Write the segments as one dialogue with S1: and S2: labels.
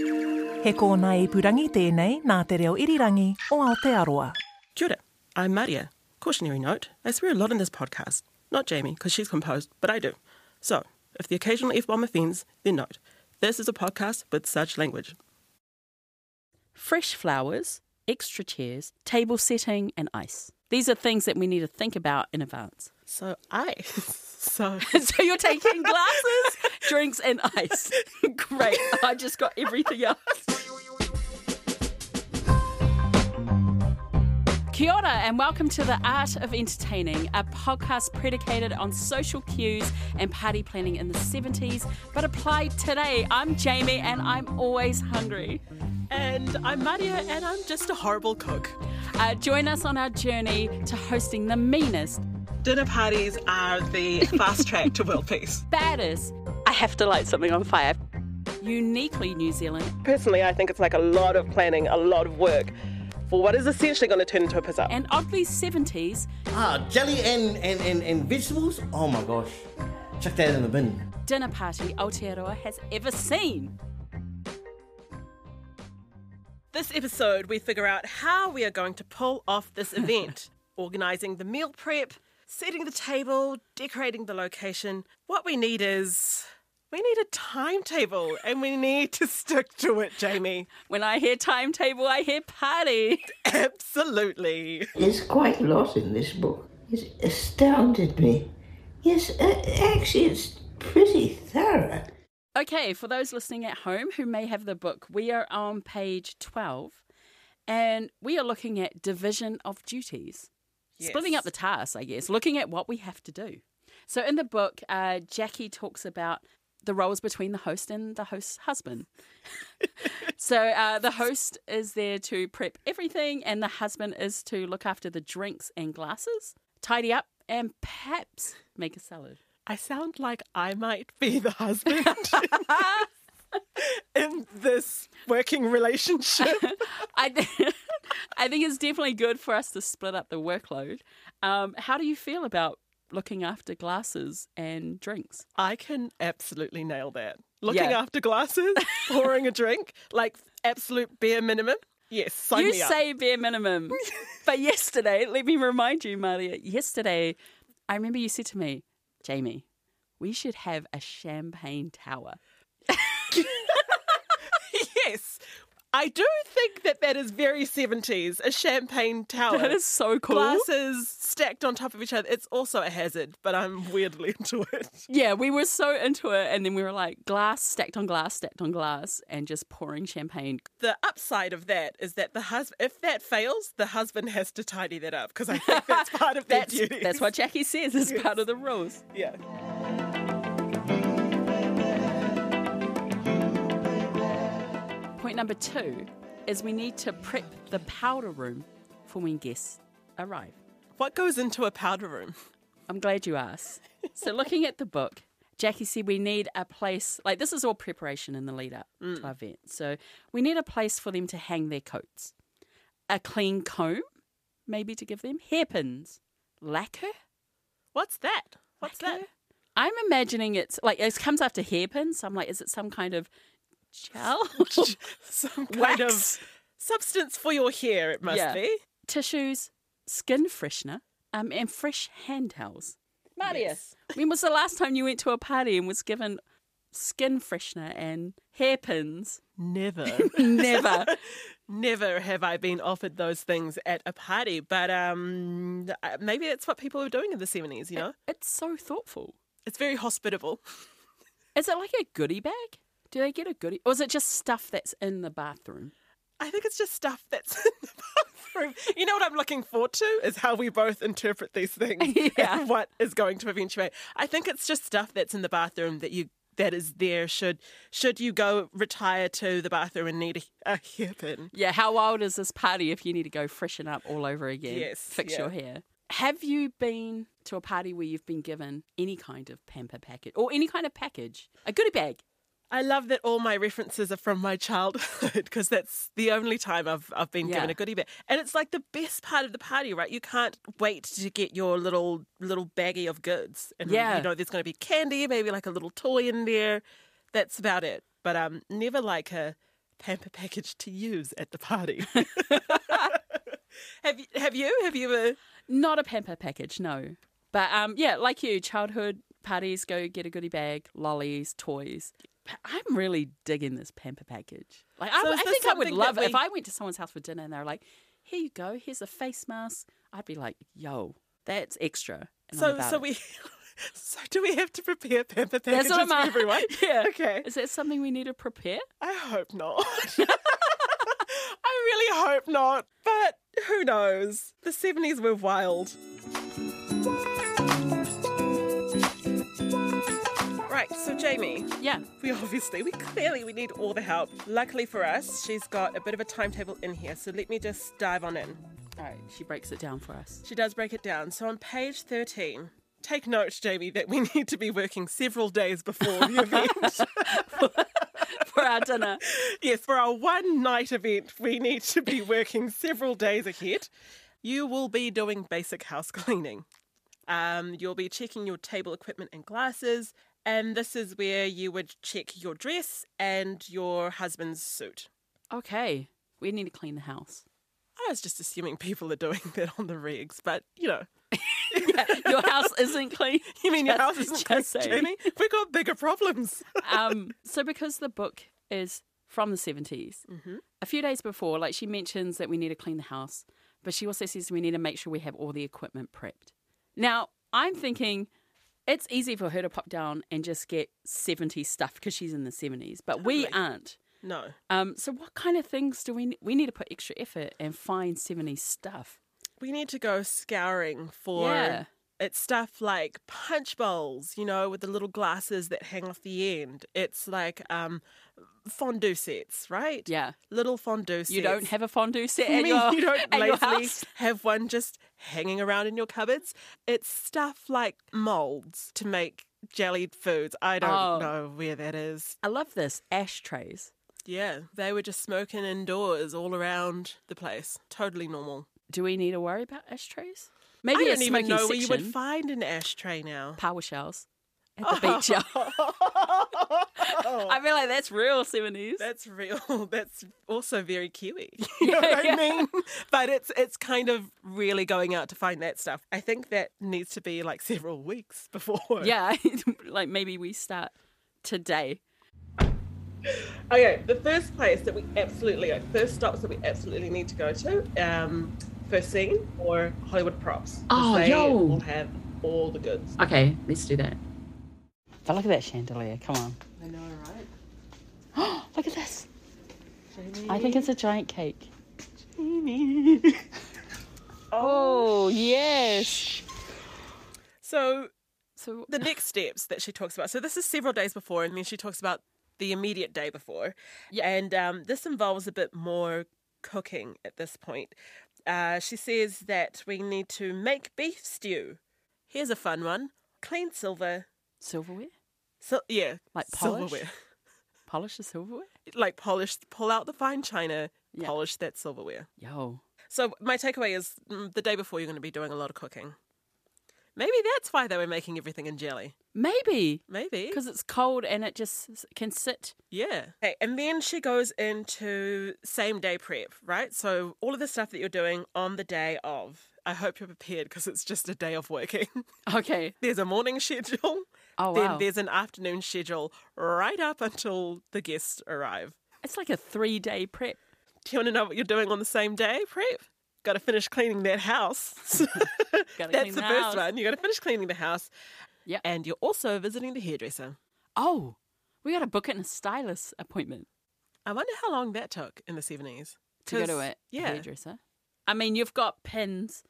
S1: He kōna i purangi tēnei nā te reo irirangi o Aotearoa.
S2: Kia ora, I'm Maria. Cautionary note I swear a lot in this podcast. Not Jamie, because she's composed, but I do. So, if the occasional F bomb offends, then note this is a podcast with such language.
S3: fresh flowers, extra chairs, table setting, and ice. These are things that we need to think about in advance.
S2: So, I. So,
S3: so you're taking glasses, drinks, and ice. Great. I just got everything else. Kia ora and welcome to The Art of Entertaining, a podcast predicated on social cues and party planning in the 70s, but applied today. I'm Jamie and I'm always hungry.
S2: and I'm Maria, and I'm just a horrible cook.
S3: Uh, join us on our journey to hosting the meanest,
S2: Dinner parties are the fast track to world peace.
S3: baddest, I have to light something on fire, uniquely New Zealand
S2: Personally, I think it's like a lot of planning, a lot of work for what is essentially going to turn into a piss up.
S3: and oddly 70s
S4: Ah, jelly and, and, and, and vegetables? Oh my gosh. Chuck that in the bin.
S3: dinner party Aotearoa has ever seen.
S2: This episode, we figure out how we are going to pull off this event organising the meal prep, setting the table, decorating the location. What we need is. We need a timetable and we need to stick to it, Jamie.
S3: When I hear timetable, I hear party.
S2: Absolutely.
S5: There's quite a lot in this book. It astounded me. Yes, uh, actually, it's pretty thorough.
S3: Okay, for those listening at home who may have the book, we are on page 12 and we are looking at division of duties. Splitting up the tasks, I guess, looking at what we have to do. So in the book, uh, Jackie talks about the roles between the host and the host's husband. so uh, the host is there to prep everything, and the husband is to look after the drinks and glasses, tidy up, and perhaps make a salad.
S2: I sound like I might be the husband in this working relationship.
S3: I, th- I think it's definitely good for us to split up the workload. Um, how do you feel about looking after glasses and drinks?
S2: I can absolutely nail that. Looking
S3: Yeah.
S2: after glasses, pouring a drink, like absolute bare minimum. Yes, sign
S3: you
S2: me up.
S3: say bare minimum. but yesterday, let me remind you, Maria, yesterday, I remember you said to me, Jamie, we should have a champagne tower.
S2: Yes, I do think that that is very 70s, a champagne tower.
S3: Oh, That is so cool.
S2: Glasses stacked on top of each other. It's also a hazard, but I'm weirdly into it.
S3: Yeah, we were so into it. And then we were like, glass stacked on glass, stacked on glass, and just pouring champagne.
S2: The upside of that is that the husband, if that fails, the husband has to tidy that up because I think that's part of their
S3: That's,
S2: duty.
S3: that's what Jackie says is part of the rules.
S2: Yeah.
S3: Point number two is we need to prep the powder room for when guests arrive.
S2: What goes into a powder room?
S3: I'm glad you asked. So, looking at the book, Jackie said we need a place, like this is all preparation in the lead up to our event. So, we need a place for them to hang their coats, a clean comb, maybe to give them, hairpins, lacquer.
S2: What's that? What's that?
S3: I'm imagining it's like it comes after hairpins. So I'm like, is it some kind of gel?
S2: Some kind
S3: Wax?
S2: of substance for your hair, it must
S3: Yeah.
S2: be.
S3: tissues, skin freshener, um, and fresh hand towels. Marius,
S2: Yes.
S3: when was the last time you went to a party and was given skin freshener and hairpins?
S2: Never.
S3: Never.
S2: Never have I been offered those things at a party, but um, uh, maybe that's what people were doing in the 70s, you know?
S3: it's so thoughtful.
S2: It's very hospitable.
S3: Is it like a goodie bag? Do they get a goodie? Or is it just stuff that's in the bathroom?
S2: I think it's just stuff that's in the bathroom. You know what I'm looking forward to is how we both interpret these things
S3: Yeah.
S2: and what is going to eventuate. I think it's just stuff that's in the bathroom that you that is there should should you go retire to the bathroom and need a, a hairpin.
S3: Yeah, how wild is this party if you need to go freshen up all over again?
S2: Yes,
S3: Fix
S2: yeah.
S3: your hair. Have you been to a party where you've been given any kind of pamper package or any kind of package? A goodie bag.
S2: I love that all my references are from my childhood because that's the only time I've I've been given
S3: Yeah.
S2: a goodie bag, and it's like the best part of the party, right? You can't wait to get your little little baggie of goods, and
S3: Yeah.
S2: you know there's going to be candy, maybe like a little toy in there. That's about it. But um, never like a pamper package to use at the party. have you? Have you? Have you ever?
S3: Not a pamper package, no. But um, yeah, like you, childhood parties go get a goodie bag, lollies, toys. But I'm really digging this pamper package. Like
S2: So
S3: I,
S2: is this
S3: I think I would
S2: something
S3: love
S2: that
S3: it if
S2: we-
S3: I went to someone's house for dinner and they were like, "Here you go, here's a face mask." I'd be like, "Yo, that's extra." And I'm
S2: So
S3: about
S2: so
S3: it.
S2: we. So do we have to prepare pamper
S3: That's
S2: packages
S3: what I'm
S2: for everyone?
S3: yeah.
S2: Okay.
S3: Is that something we need to prepare?
S2: I hope not. I really hope not. But who knows? The 70s were wild. Right, so Jamie,
S3: Yeah.
S2: we obviously, we clearly, we need all the help. Luckily for us, she's got a bit of a timetable in here, so let me just dive on in.
S3: All right. She breaks it down for us.
S2: She does break it down. So on page 13, take note, Jamie, that we need to be working several days before the event.
S3: for our dinner.
S2: Yes, for our one night event, we need to be working several days ahead. You will be doing basic house cleaning. Um, you'll be checking your table equipment and glasses, and this is where you would check your dress and your husband's suit.
S3: Okay. We need to clean the house.
S2: I was just assuming people are doing that on the regs, but you know,
S3: Your house isn't clean.
S2: you mean your
S3: Just-
S2: house isn't clean,
S3: just saying.
S2: Jamie? We've got bigger problems.
S3: um, so because the book is from the 70s, a few days before, like she mentions that we need to clean the house, but she also says we need to make sure we have all the equipment prepped. Now, I'm thinking it's easy for her to pop down and just get 70s stuff because she's in the 70s, but we aren't.
S2: No.
S3: Um, so what kind of things do we we need to put extra effort and find 70s stuff?
S2: We need to go scouring for
S3: Yeah.
S2: it's stuff like punch bowls, you know, with the little glasses that hang off the end. It's like um, fondue sets, right?
S3: Yeah.
S2: Little fondue sets.
S3: You don't have a fondue set
S2: You
S3: at
S2: mean
S3: your,
S2: you don't
S3: at your
S2: lazily
S3: house?
S2: have one just hanging around in your cupboards? It's stuff like molds to make jellied foods. I don't
S3: Oh.
S2: know where that is.
S3: I love this ashtrays.
S2: Yeah, they were just smoking indoors all around the place. Totally normal.
S3: Do we need to worry about ashtrays? Maybe
S2: I
S3: a
S2: don't even
S3: smoking
S2: know where you
S3: section.
S2: would find an ashtray now.
S3: power shells at the beach. yeah. I feel like that's real seventies.
S2: That's real. That's also very Kiwi. You know what I mean? But it's it's kind of really going out to find that stuff. I think that needs to be like several weeks before.
S3: Yeah, like maybe we start today.
S2: Okay. The first place that we absolutely, like, first stops that we absolutely need to go to, um, first scene or Hollywood props. 'cause
S3: Oh,
S2: they
S3: yo.
S2: will have all the goods.
S3: Okay, let's do that. But look at that chandelier. Come on.
S2: I know, right?
S3: Look at this. I think it's a giant cake. Oh, yes.
S2: So
S3: So
S2: the next steps that she talks about. So this is several days before, and then she talks about the immediate day before.
S3: Yeah.
S2: And um, this involves a bit more cooking at this point. Uh, she says that we need to make beef stew. Here's a fun one: clean silver.
S3: silverware?
S2: So yeah,
S3: Like polish?
S2: silverware,
S3: Polish the silverware?
S2: like polish. Pull out the fine china.
S3: Yeah.
S2: Polish that silverware.
S3: Yo.
S2: So my takeaway is mm, the day before you're going to be doing a lot of cooking. Maybe that's why they were making everything in jelly.
S3: Maybe.
S2: Maybe
S3: Because it's cold and it just s- can sit.
S2: Yeah. Okay, and then she goes into same day prep, right? So all of the stuff that you're doing on the day of. I hope you're prepared because it's just a day of working.
S3: Okay.
S2: there's a morning schedule,
S3: Oh,
S2: then
S3: wow.
S2: there's an afternoon schedule right up until the guests arrive.
S3: It's like a three day prep.
S2: Do you want to know what you're doing on the same day prep? Got to finish cleaning that house. That's
S3: Gotta clean
S2: the
S3: the
S2: first
S3: house.
S2: one. You got to finish cleaning the house.
S3: Yep.
S2: And you're also visiting the hairdresser.
S3: Oh, we got to book in a stylist appointment
S2: I wonder how long that took in the 70s.
S3: to go to
S2: 'Cause-
S3: a, a
S2: Yeah.
S3: hairdresser. I mean, you've got pins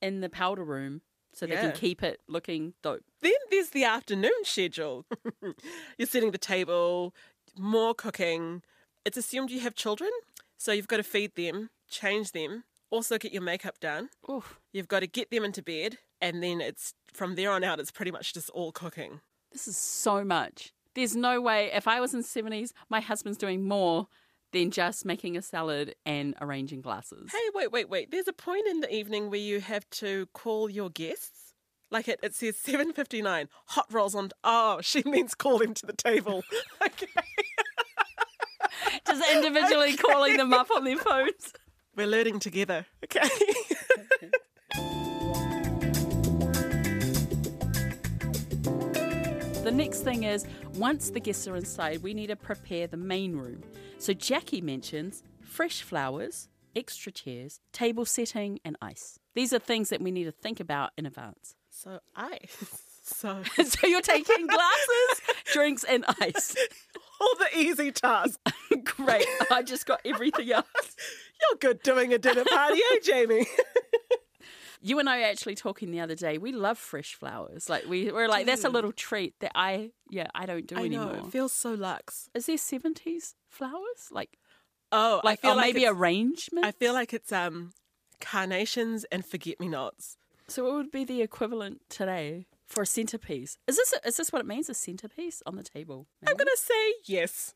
S3: in the powder room so they can
S2: Yeah.
S3: keep it looking dope.
S2: Then there's the afternoon schedule. You're setting the table, more cooking. It's assumed you have children, so you've got to feed them, change them, also get your makeup done.
S3: Oof,
S2: You've got to get them into bed, and then it's from there on out, it's pretty much just all cooking.
S3: this is so much. There's no way. If I was in seventies, my husband's doing more than just making a salad and arranging glasses.
S2: Hey, wait, wait, wait. There's a point in the evening where you have to call your guests. Like it, it says 7.59, hot rolls on. Oh, she means call them to the table. okay.
S3: Just us individually calling them up on their phones.
S2: We're learning together. Okay.
S3: The next thing is once the guests are inside, we need to prepare the main room. So Jackie mentions fresh flowers, extra chairs, table setting, and ice. These are things that we need to think about in advance.
S2: so I. So
S3: so you're taking glasses, drinks, and ice.
S2: all the easy tasks.
S3: Great. I just got everything else.
S2: You're good doing a dinner party, eh, Jamie?
S3: You and I were actually talking the other day. We love fresh flowers. Like we were like, that's a little treat that I yeah, I don't do anymore.
S2: feels so luxe.
S3: is there seventies flowers? Like
S2: Oh,
S3: like
S2: I feel
S3: or
S2: like
S3: maybe
S2: it's-
S3: arrangements?
S2: I feel like it's um carnations and forget me nots.
S3: So what would be the equivalent today for a centerpiece? Is this is this what it means? A centerpiece on the table?
S2: I'm gonna say yes.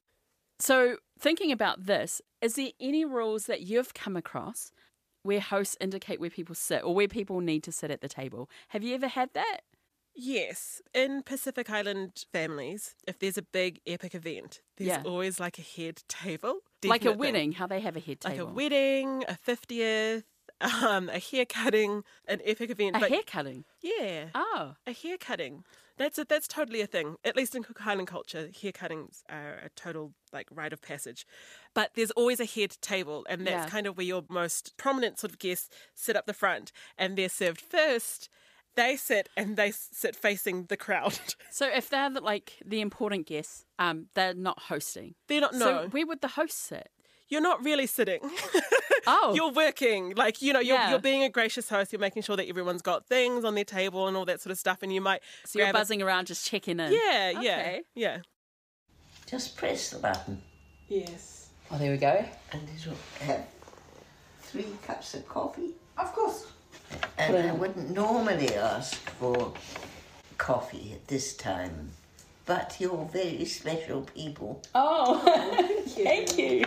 S3: So thinking about this, is there any rules that you've come across where hosts indicate where people sit or where people need to sit at the table? Have you ever had that?
S2: Yes, in Pacific Island families, if there's a big epic event, there's
S3: Yeah.
S2: always like a head table,
S3: Like
S2: definite
S3: a
S2: thing.
S3: wedding, how they have a head table.
S2: like a wedding, a fiftieth, um, a hair cutting, an epic event.
S3: A
S2: but
S3: hair cutting.
S2: yeah,
S3: Oh.
S2: a hair cutting. That's a, that's totally a thing. At least in Cook Island culture, hair cuttings are a total like rite of passage. But there's always a head table, and that's
S3: Yeah.
S2: kind of where your most prominent sort of guests sit up the front, and they're served first. They sit and they s- sit facing the crowd.
S3: So if they're the, like the important guests, um, they're not hosting.
S2: they're not
S3: So
S2: no.
S3: where would the host sit?
S2: you're not really sitting.
S3: Oh,
S2: you're working like you know you're,
S3: Yeah.
S2: you're being a gracious host you're making sure that everyone's got things on their table and all that sort of stuff and you might
S3: so you're
S2: grab a-
S3: buzzing around just checking in.
S2: yeah yeah
S3: Okay.
S2: yeah
S5: Just press the button,
S2: yes
S6: Oh, there we go.
S5: and it'll have three cups of coffee.
S6: Of course.
S5: And I wouldn't normally ask for coffee at this time, but you're very special people.
S6: Oh, thank you.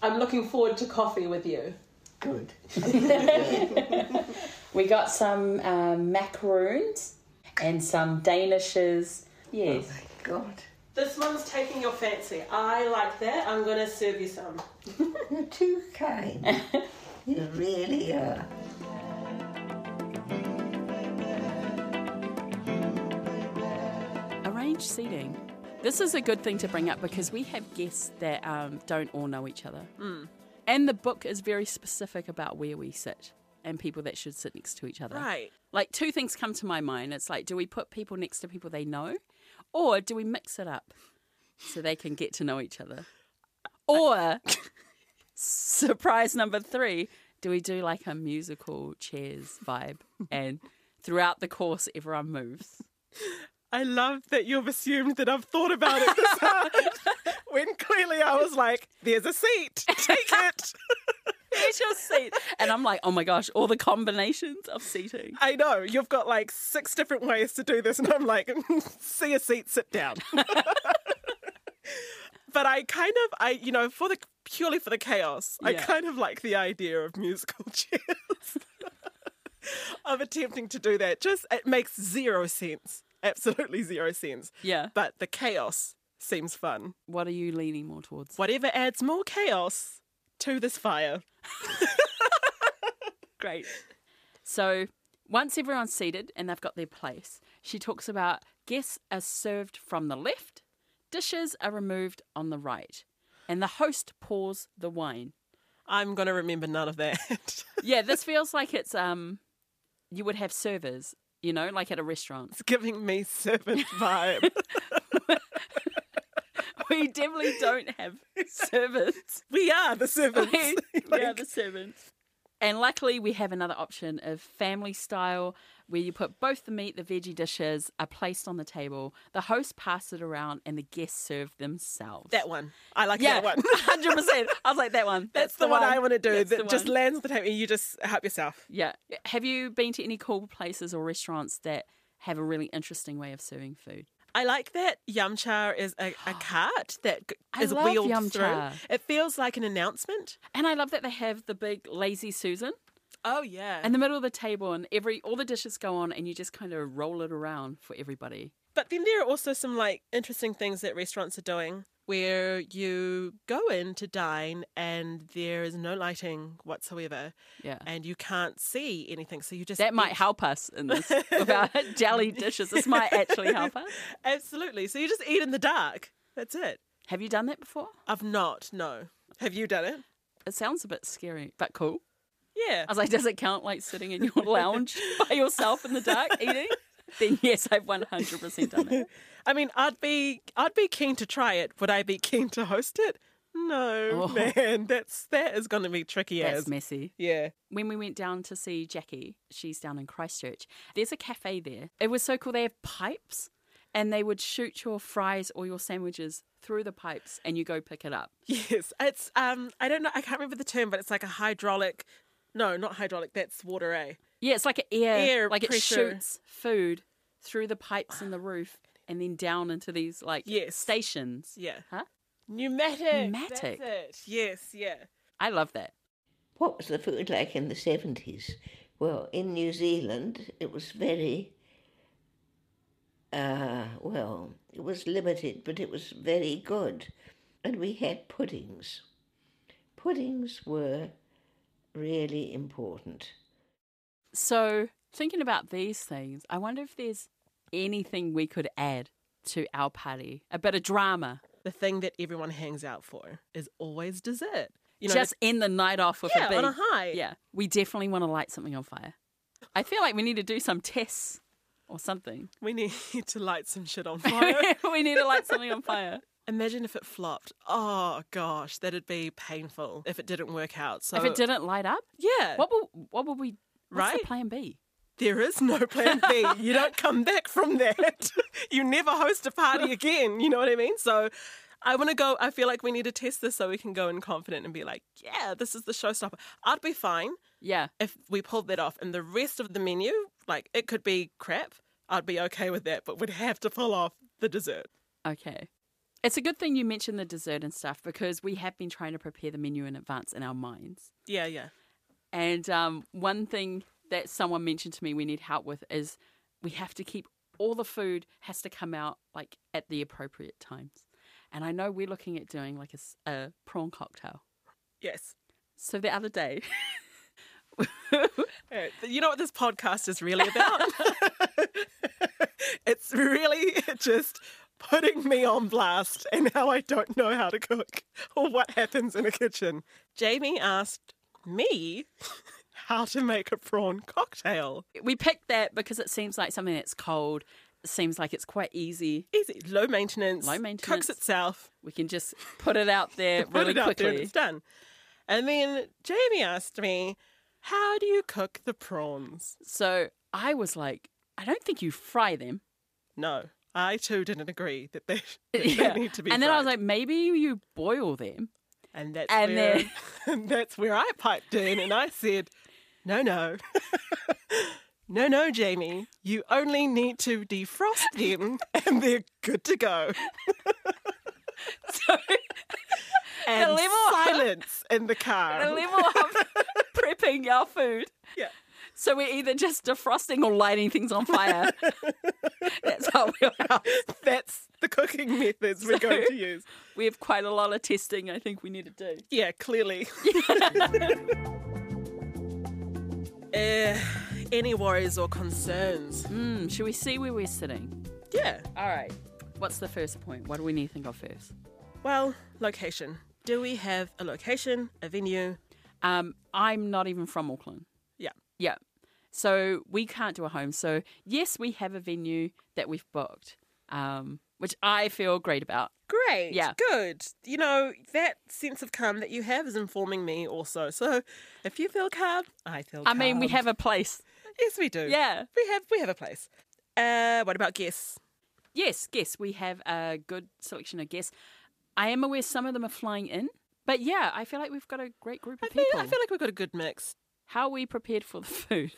S2: i'm looking forward to coffee with you
S5: Good.
S6: We got some um, macaroons and some danishes. Yes.
S5: God,
S2: this one's taking your fancy i like that i'm gonna serve you some
S5: you're too kind. you really are.
S3: Arrange seating. This is a good thing to bring up because we have guests that um, don't all know each other.
S2: Mm.
S3: And the book is very specific about where we sit and people that should sit next to each other.
S2: right
S3: Like two things come to my mind. It's like, do we put people next to people they know, or do we mix it up so they can get to know each other? Or surprise number three, do we do like a musical chairs vibe and throughout the course everyone moves?
S2: i love that you've assumed that i've thought about it this hard when clearly i was like there's a seat take it
S3: Here's your seat, and I'm like, oh my gosh, all the combinations of seating.
S2: i know you've got like six different ways to do this and i'm like see a seat sit down but I kind of, I you know, for the purely for the chaos, I
S3: Yeah.
S2: kind of like the idea of musical chairs. of attempting to do that, just it makes zero sense, absolutely zero sense.
S3: Yeah.
S2: But the chaos seems fun.
S3: What are you leaning more towards?
S2: Whatever adds more chaos to this fire.
S3: Great. So once everyone's seated and they've got their place, she talks about guests are served from the left, dishes are removed on the right, and the host pours the wine.
S2: I'm gonna remember none of that.
S3: Yeah, this feels like it's um, you would have servers, you know, like at a restaurant.
S2: it's giving me servant vibe.
S3: We definitely don't have servers.
S2: we are the servants.
S3: we are the servants. And luckily, we have another option of family style, where you put both the meat, the veggie dishes are placed on the table. The host passed it around, and the guests serve themselves.
S2: that one. I like
S3: yeah,
S2: that one.
S3: hundred percent. I was like that one.
S2: That's, the, one, I want to do.
S3: That's
S2: that
S3: the
S2: just
S3: one.
S2: lands the table. and You just help yourself.
S3: yeah. Have you been to any cool places or restaurants that have a really interesting way of serving food?
S2: I like that Yamcha is a, a cart that g-
S3: I
S2: is
S3: love
S2: wheeled
S3: Yamcha.
S2: through. It feels like an announcement.
S3: And I love that they have the big lazy Susan
S2: Oh yeah.
S3: in the middle of the table, and every all the dishes go on, and you just kind of roll it around for everybody.
S2: but then there are also some like interesting things that restaurants are doing. where you go in to dine and there is no lighting whatsoever.
S3: Yeah.
S2: And you can't see anything. So you just.
S3: That might
S2: eat-
S3: help us in this with our jelly dishes. This might actually help us.
S2: Absolutely. So you just eat in the dark. That's it.
S3: Have you done that before?
S2: I've not, no. Have you done it?
S3: It sounds a bit scary, but cool.
S2: Yeah.
S3: I was like, does it count like sitting in your lounge by yourself in the dark eating? Then yes, I've 100% done it.
S2: I mean, I'd be I'd be keen to try it. Would I be keen to host it? No,
S3: Oh.
S2: man. That's that is going to be tricky
S3: That's
S2: as
S3: messy.
S2: yeah.
S3: When we went down to see Jackie, she's down in Christchurch, there's a cafe there. It was so cool. They have pipes and they would shoot your fries or your sandwiches through the pipes and you go pick it up.
S2: Yes, it's um I don't know I can't remember the term, but it's like a hydraulic. No, not hydraulic. That's water. eh? A.
S3: Yeah, it's like an air,
S2: Air
S3: like it
S2: pressure.
S3: shoots food through the pipes in the roof and then down into these like
S2: Yes.
S3: stations.
S2: Yeah.
S3: Huh?
S2: Pneumatic. that's
S3: Pneumatic.
S2: it. Yes. Yeah.
S3: I love that.
S5: What was the food like in the 70s? Well, in New Zealand, it was very, uh, well, it was limited, but it was very good. And we had puddings. Puddings were really important.
S3: So, thinking about these things, I wonder if there's anything we could add to our party. A bit of drama.
S2: The thing that everyone hangs out for is always dessert. You know,
S3: Just end the night off with
S2: Yeah,
S3: a big.
S2: on a high.
S3: Yeah. We definitely want to light something on fire. I feel like we need to do some tests or something.
S2: we need to light some shit on fire.
S3: we need to light something on fire.
S2: Imagine if it flopped. Oh gosh, that'd be painful if it didn't work out. So
S3: if it didn't light up,
S2: yeah,
S3: what will what will we what's
S2: Right?
S3: the plan B?
S2: there is no plan B. you don't come back from that. you never host a party again. You know what I mean? So I want to go. I feel like we need to test this so we can go in confident and be like, yeah, this is the showstopper. I'd be fine
S3: Yeah.
S2: if we pulled that off, and the rest of the menu, like it could be crap. I'd be okay with that, but we'd have to pull off the dessert.
S3: Okay. It's a good thing you mentioned the dessert and stuff because we have been trying to prepare the menu in advance in our minds.
S2: Yeah, yeah.
S3: And um, one thing that someone mentioned to me we need help with is we have to keep all the food has to come out like at the appropriate times. And I know we're looking at doing like a, s- a prawn cocktail.
S2: Yes.
S3: So the other day,
S2: All right, Uh, You know what this podcast is really about? it's really just putting me on blast and how I don't know how to cook or what happens in a kitchen. Jamie asked me how to make a prawn cocktail.
S3: we picked that because it seems like something that's cold. It seems like it's quite easy.
S2: Easy, low maintenance,
S3: Low
S2: cooks
S3: maintenance.
S2: itself,
S3: We can just put it out there
S2: put
S3: really
S2: it out there, and
S3: quickly.
S2: it's done. And then Jamie asked me, "How do you cook the prawns?"
S3: So I was like, I don't think you fry them.
S2: No, I too didn't agree that they, that
S3: Yeah.
S2: they need to be.
S3: and then I was
S2: fried.
S3: like, maybe you boil them.
S2: And that's
S3: And
S2: where
S3: then-
S2: and that's where I piped in and I said, "No, no, no, no, Jamie. You only need to defrost them, and they're good to go."
S3: So
S2: And
S3: level-
S2: silence in the car.
S3: the level of prepping our food.
S2: Yeah.
S3: So we're either just defrosting or lighting things on fire. That's how we are.
S2: That's the cooking methods we're going to use.
S3: We have quite a lot of testing I think we need to do.
S2: Yeah, clearly. uh, any worries or concerns?
S3: Hmm, should we see where we're sitting?
S2: Yeah.
S3: All right. What's the first point? What do we need to think of first?
S2: Well, location. Do we have a location, a venue?
S3: Um, I'm not even from Auckland.
S2: Yeah.
S3: Yeah. So we can't do a home. So yes, we have a venue that we've booked, um, which I feel great about.
S2: Great.
S3: Yeah.
S2: Good. You know, that sense of calm that you have is informing me also. So if you feel calm, I feel
S3: I
S2: calm.
S3: mean, we have a place.
S2: Yes, we do.
S3: Yeah.
S2: We have we have a place. Uh what about guests?
S3: Yes, guests. We have a good selection of guests. I am aware some of them are flying in, but yeah, I feel like we've got a great group of
S2: I feel,
S3: people.
S2: I feel like we've got a good mix.
S3: How are we prepared for the food?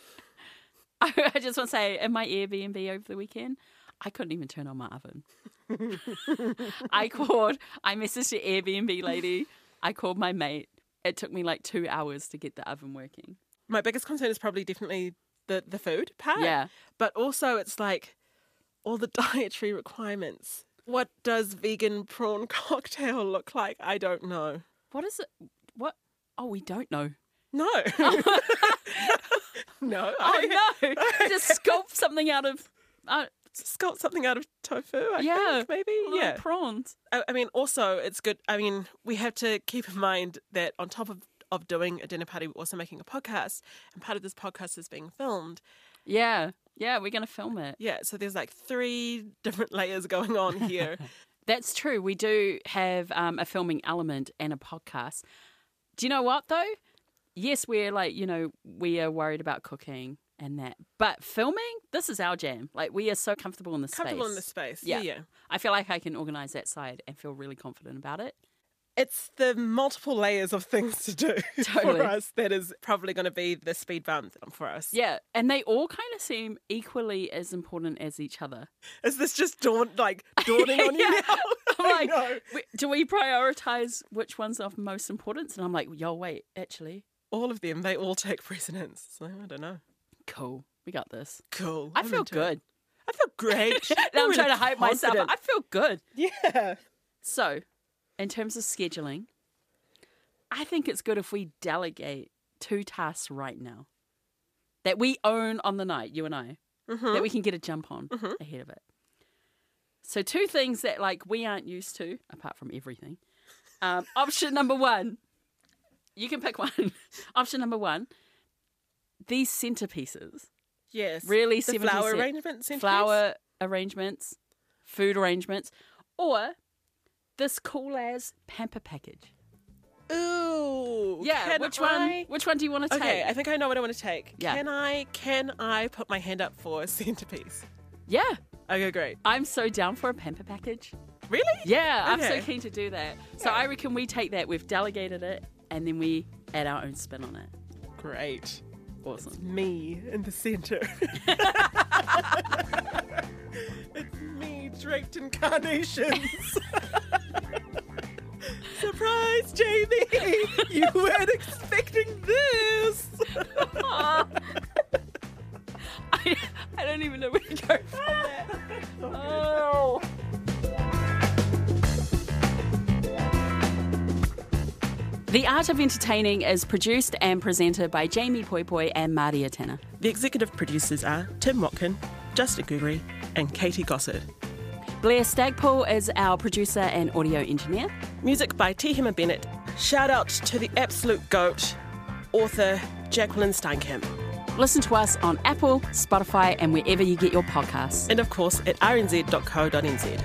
S3: I, I just want to say, in my Airbnb over the weekend, I couldn't even turn on my oven. I called, I messaged the Airbnb lady, I called my mate. It took me like two hours to get the oven working.
S2: My biggest concern is probably definitely the, the food part.
S3: Yeah.
S2: But also it's like all the dietary requirements. What does vegan prawn cocktail look like? I don't know.
S3: What is it? What? Oh, we don't know.
S2: No. no.
S3: Oh no! Just sculpt something out of uh,
S2: sculpt something out of tofu, I
S3: yeah,
S2: think, maybe.
S3: little
S2: yeah.
S3: prawns.
S2: I, I mean, also, it's good. I mean, we have to keep in mind that on top of, of doing a dinner party, we're also making a podcast, and part of this podcast is being filmed.
S3: Yeah, yeah, we're gonna film it.
S2: Yeah, so there's like three different layers going on here.
S3: That's true. We do have um, a filming element and a podcast. Do you know what though? Yes, we're like you know we are worried about cooking and that, but filming this is our jam. Like we are so comfortable in this
S2: Comfortable
S3: space.
S2: in the space. Yeah. yeah.
S3: I feel like I can organize that side and feel really confident about it.
S2: It's the multiple layers of things to do
S3: Totally.
S2: for us that is probably going to be the speed bump for us.
S3: Yeah, and they all kind of seem equally as important as each other.
S2: Is this just dawn like dawning on you
S3: Yeah.
S2: now?
S3: I'm
S2: I
S3: like,
S2: know.
S3: "W- do we prioritize which ones are of most importance? And I'm like, yo, wait, actually,
S2: all of them, they all take precedence. So I don't know.
S3: cool, we got this.
S2: Cool.
S3: I
S2: I'm
S3: feel
S2: into it.
S3: good.
S2: I feel great.
S3: Now I'm
S2: really
S3: trying to hype myself. up. I
S2: confident.
S3: feel good.
S2: Yeah.
S3: So, in terms of scheduling, I think it's good if we delegate two tasks right now that we own on the night, you and I,
S2: Mm-hmm.
S3: that we can get a jump on ahead of it. So, two things that like we aren't used to, apart from everything. Um, option number one, you can pick one. option number one, these centerpieces,
S2: Yes.
S3: really
S2: the
S3: 70
S2: flower
S3: cent-
S2: arrangement centerpiece?
S3: flower arrangements, food arrangements, or this cool as pamper package.
S2: Ooh.
S3: Yeah,
S2: can
S3: which
S2: I-
S3: one? Which one do you want to
S2: Okay,
S3: take?
S2: I think I know what I want to take.
S3: Yeah.
S2: Can I can I put my hand up for centerpiece?
S3: yeah,
S2: Okay, great.
S3: I'm so down for a pamper package.
S2: Really?
S3: Yeah, I'm
S2: Okay.
S3: so keen to do that. So I reckon we take that. We've delegated it, and then we add our own spin on it.
S2: Great.
S3: Awesome.
S2: Me in the center. it's me draped in carnations. Surprise, Jamie! You weren't expecting this.
S3: I, I don't even know where to go from that. Oh. The Art of Entertaining is produced and presented by Jamie Poi Poi and Maria Tanner.
S2: The executive producers are Tim Watkin, Justin Gugri, and Katie Gossard.
S3: Blair Stagpole is our producer and audio engineer.
S2: Music by T. Hema Bennett. Shout out to the absolute goat, author Jacqueline Steinkamp.
S3: Listen to us on Apple, Spotify, and wherever you get your podcasts.
S2: And of course at rnz.co.nz.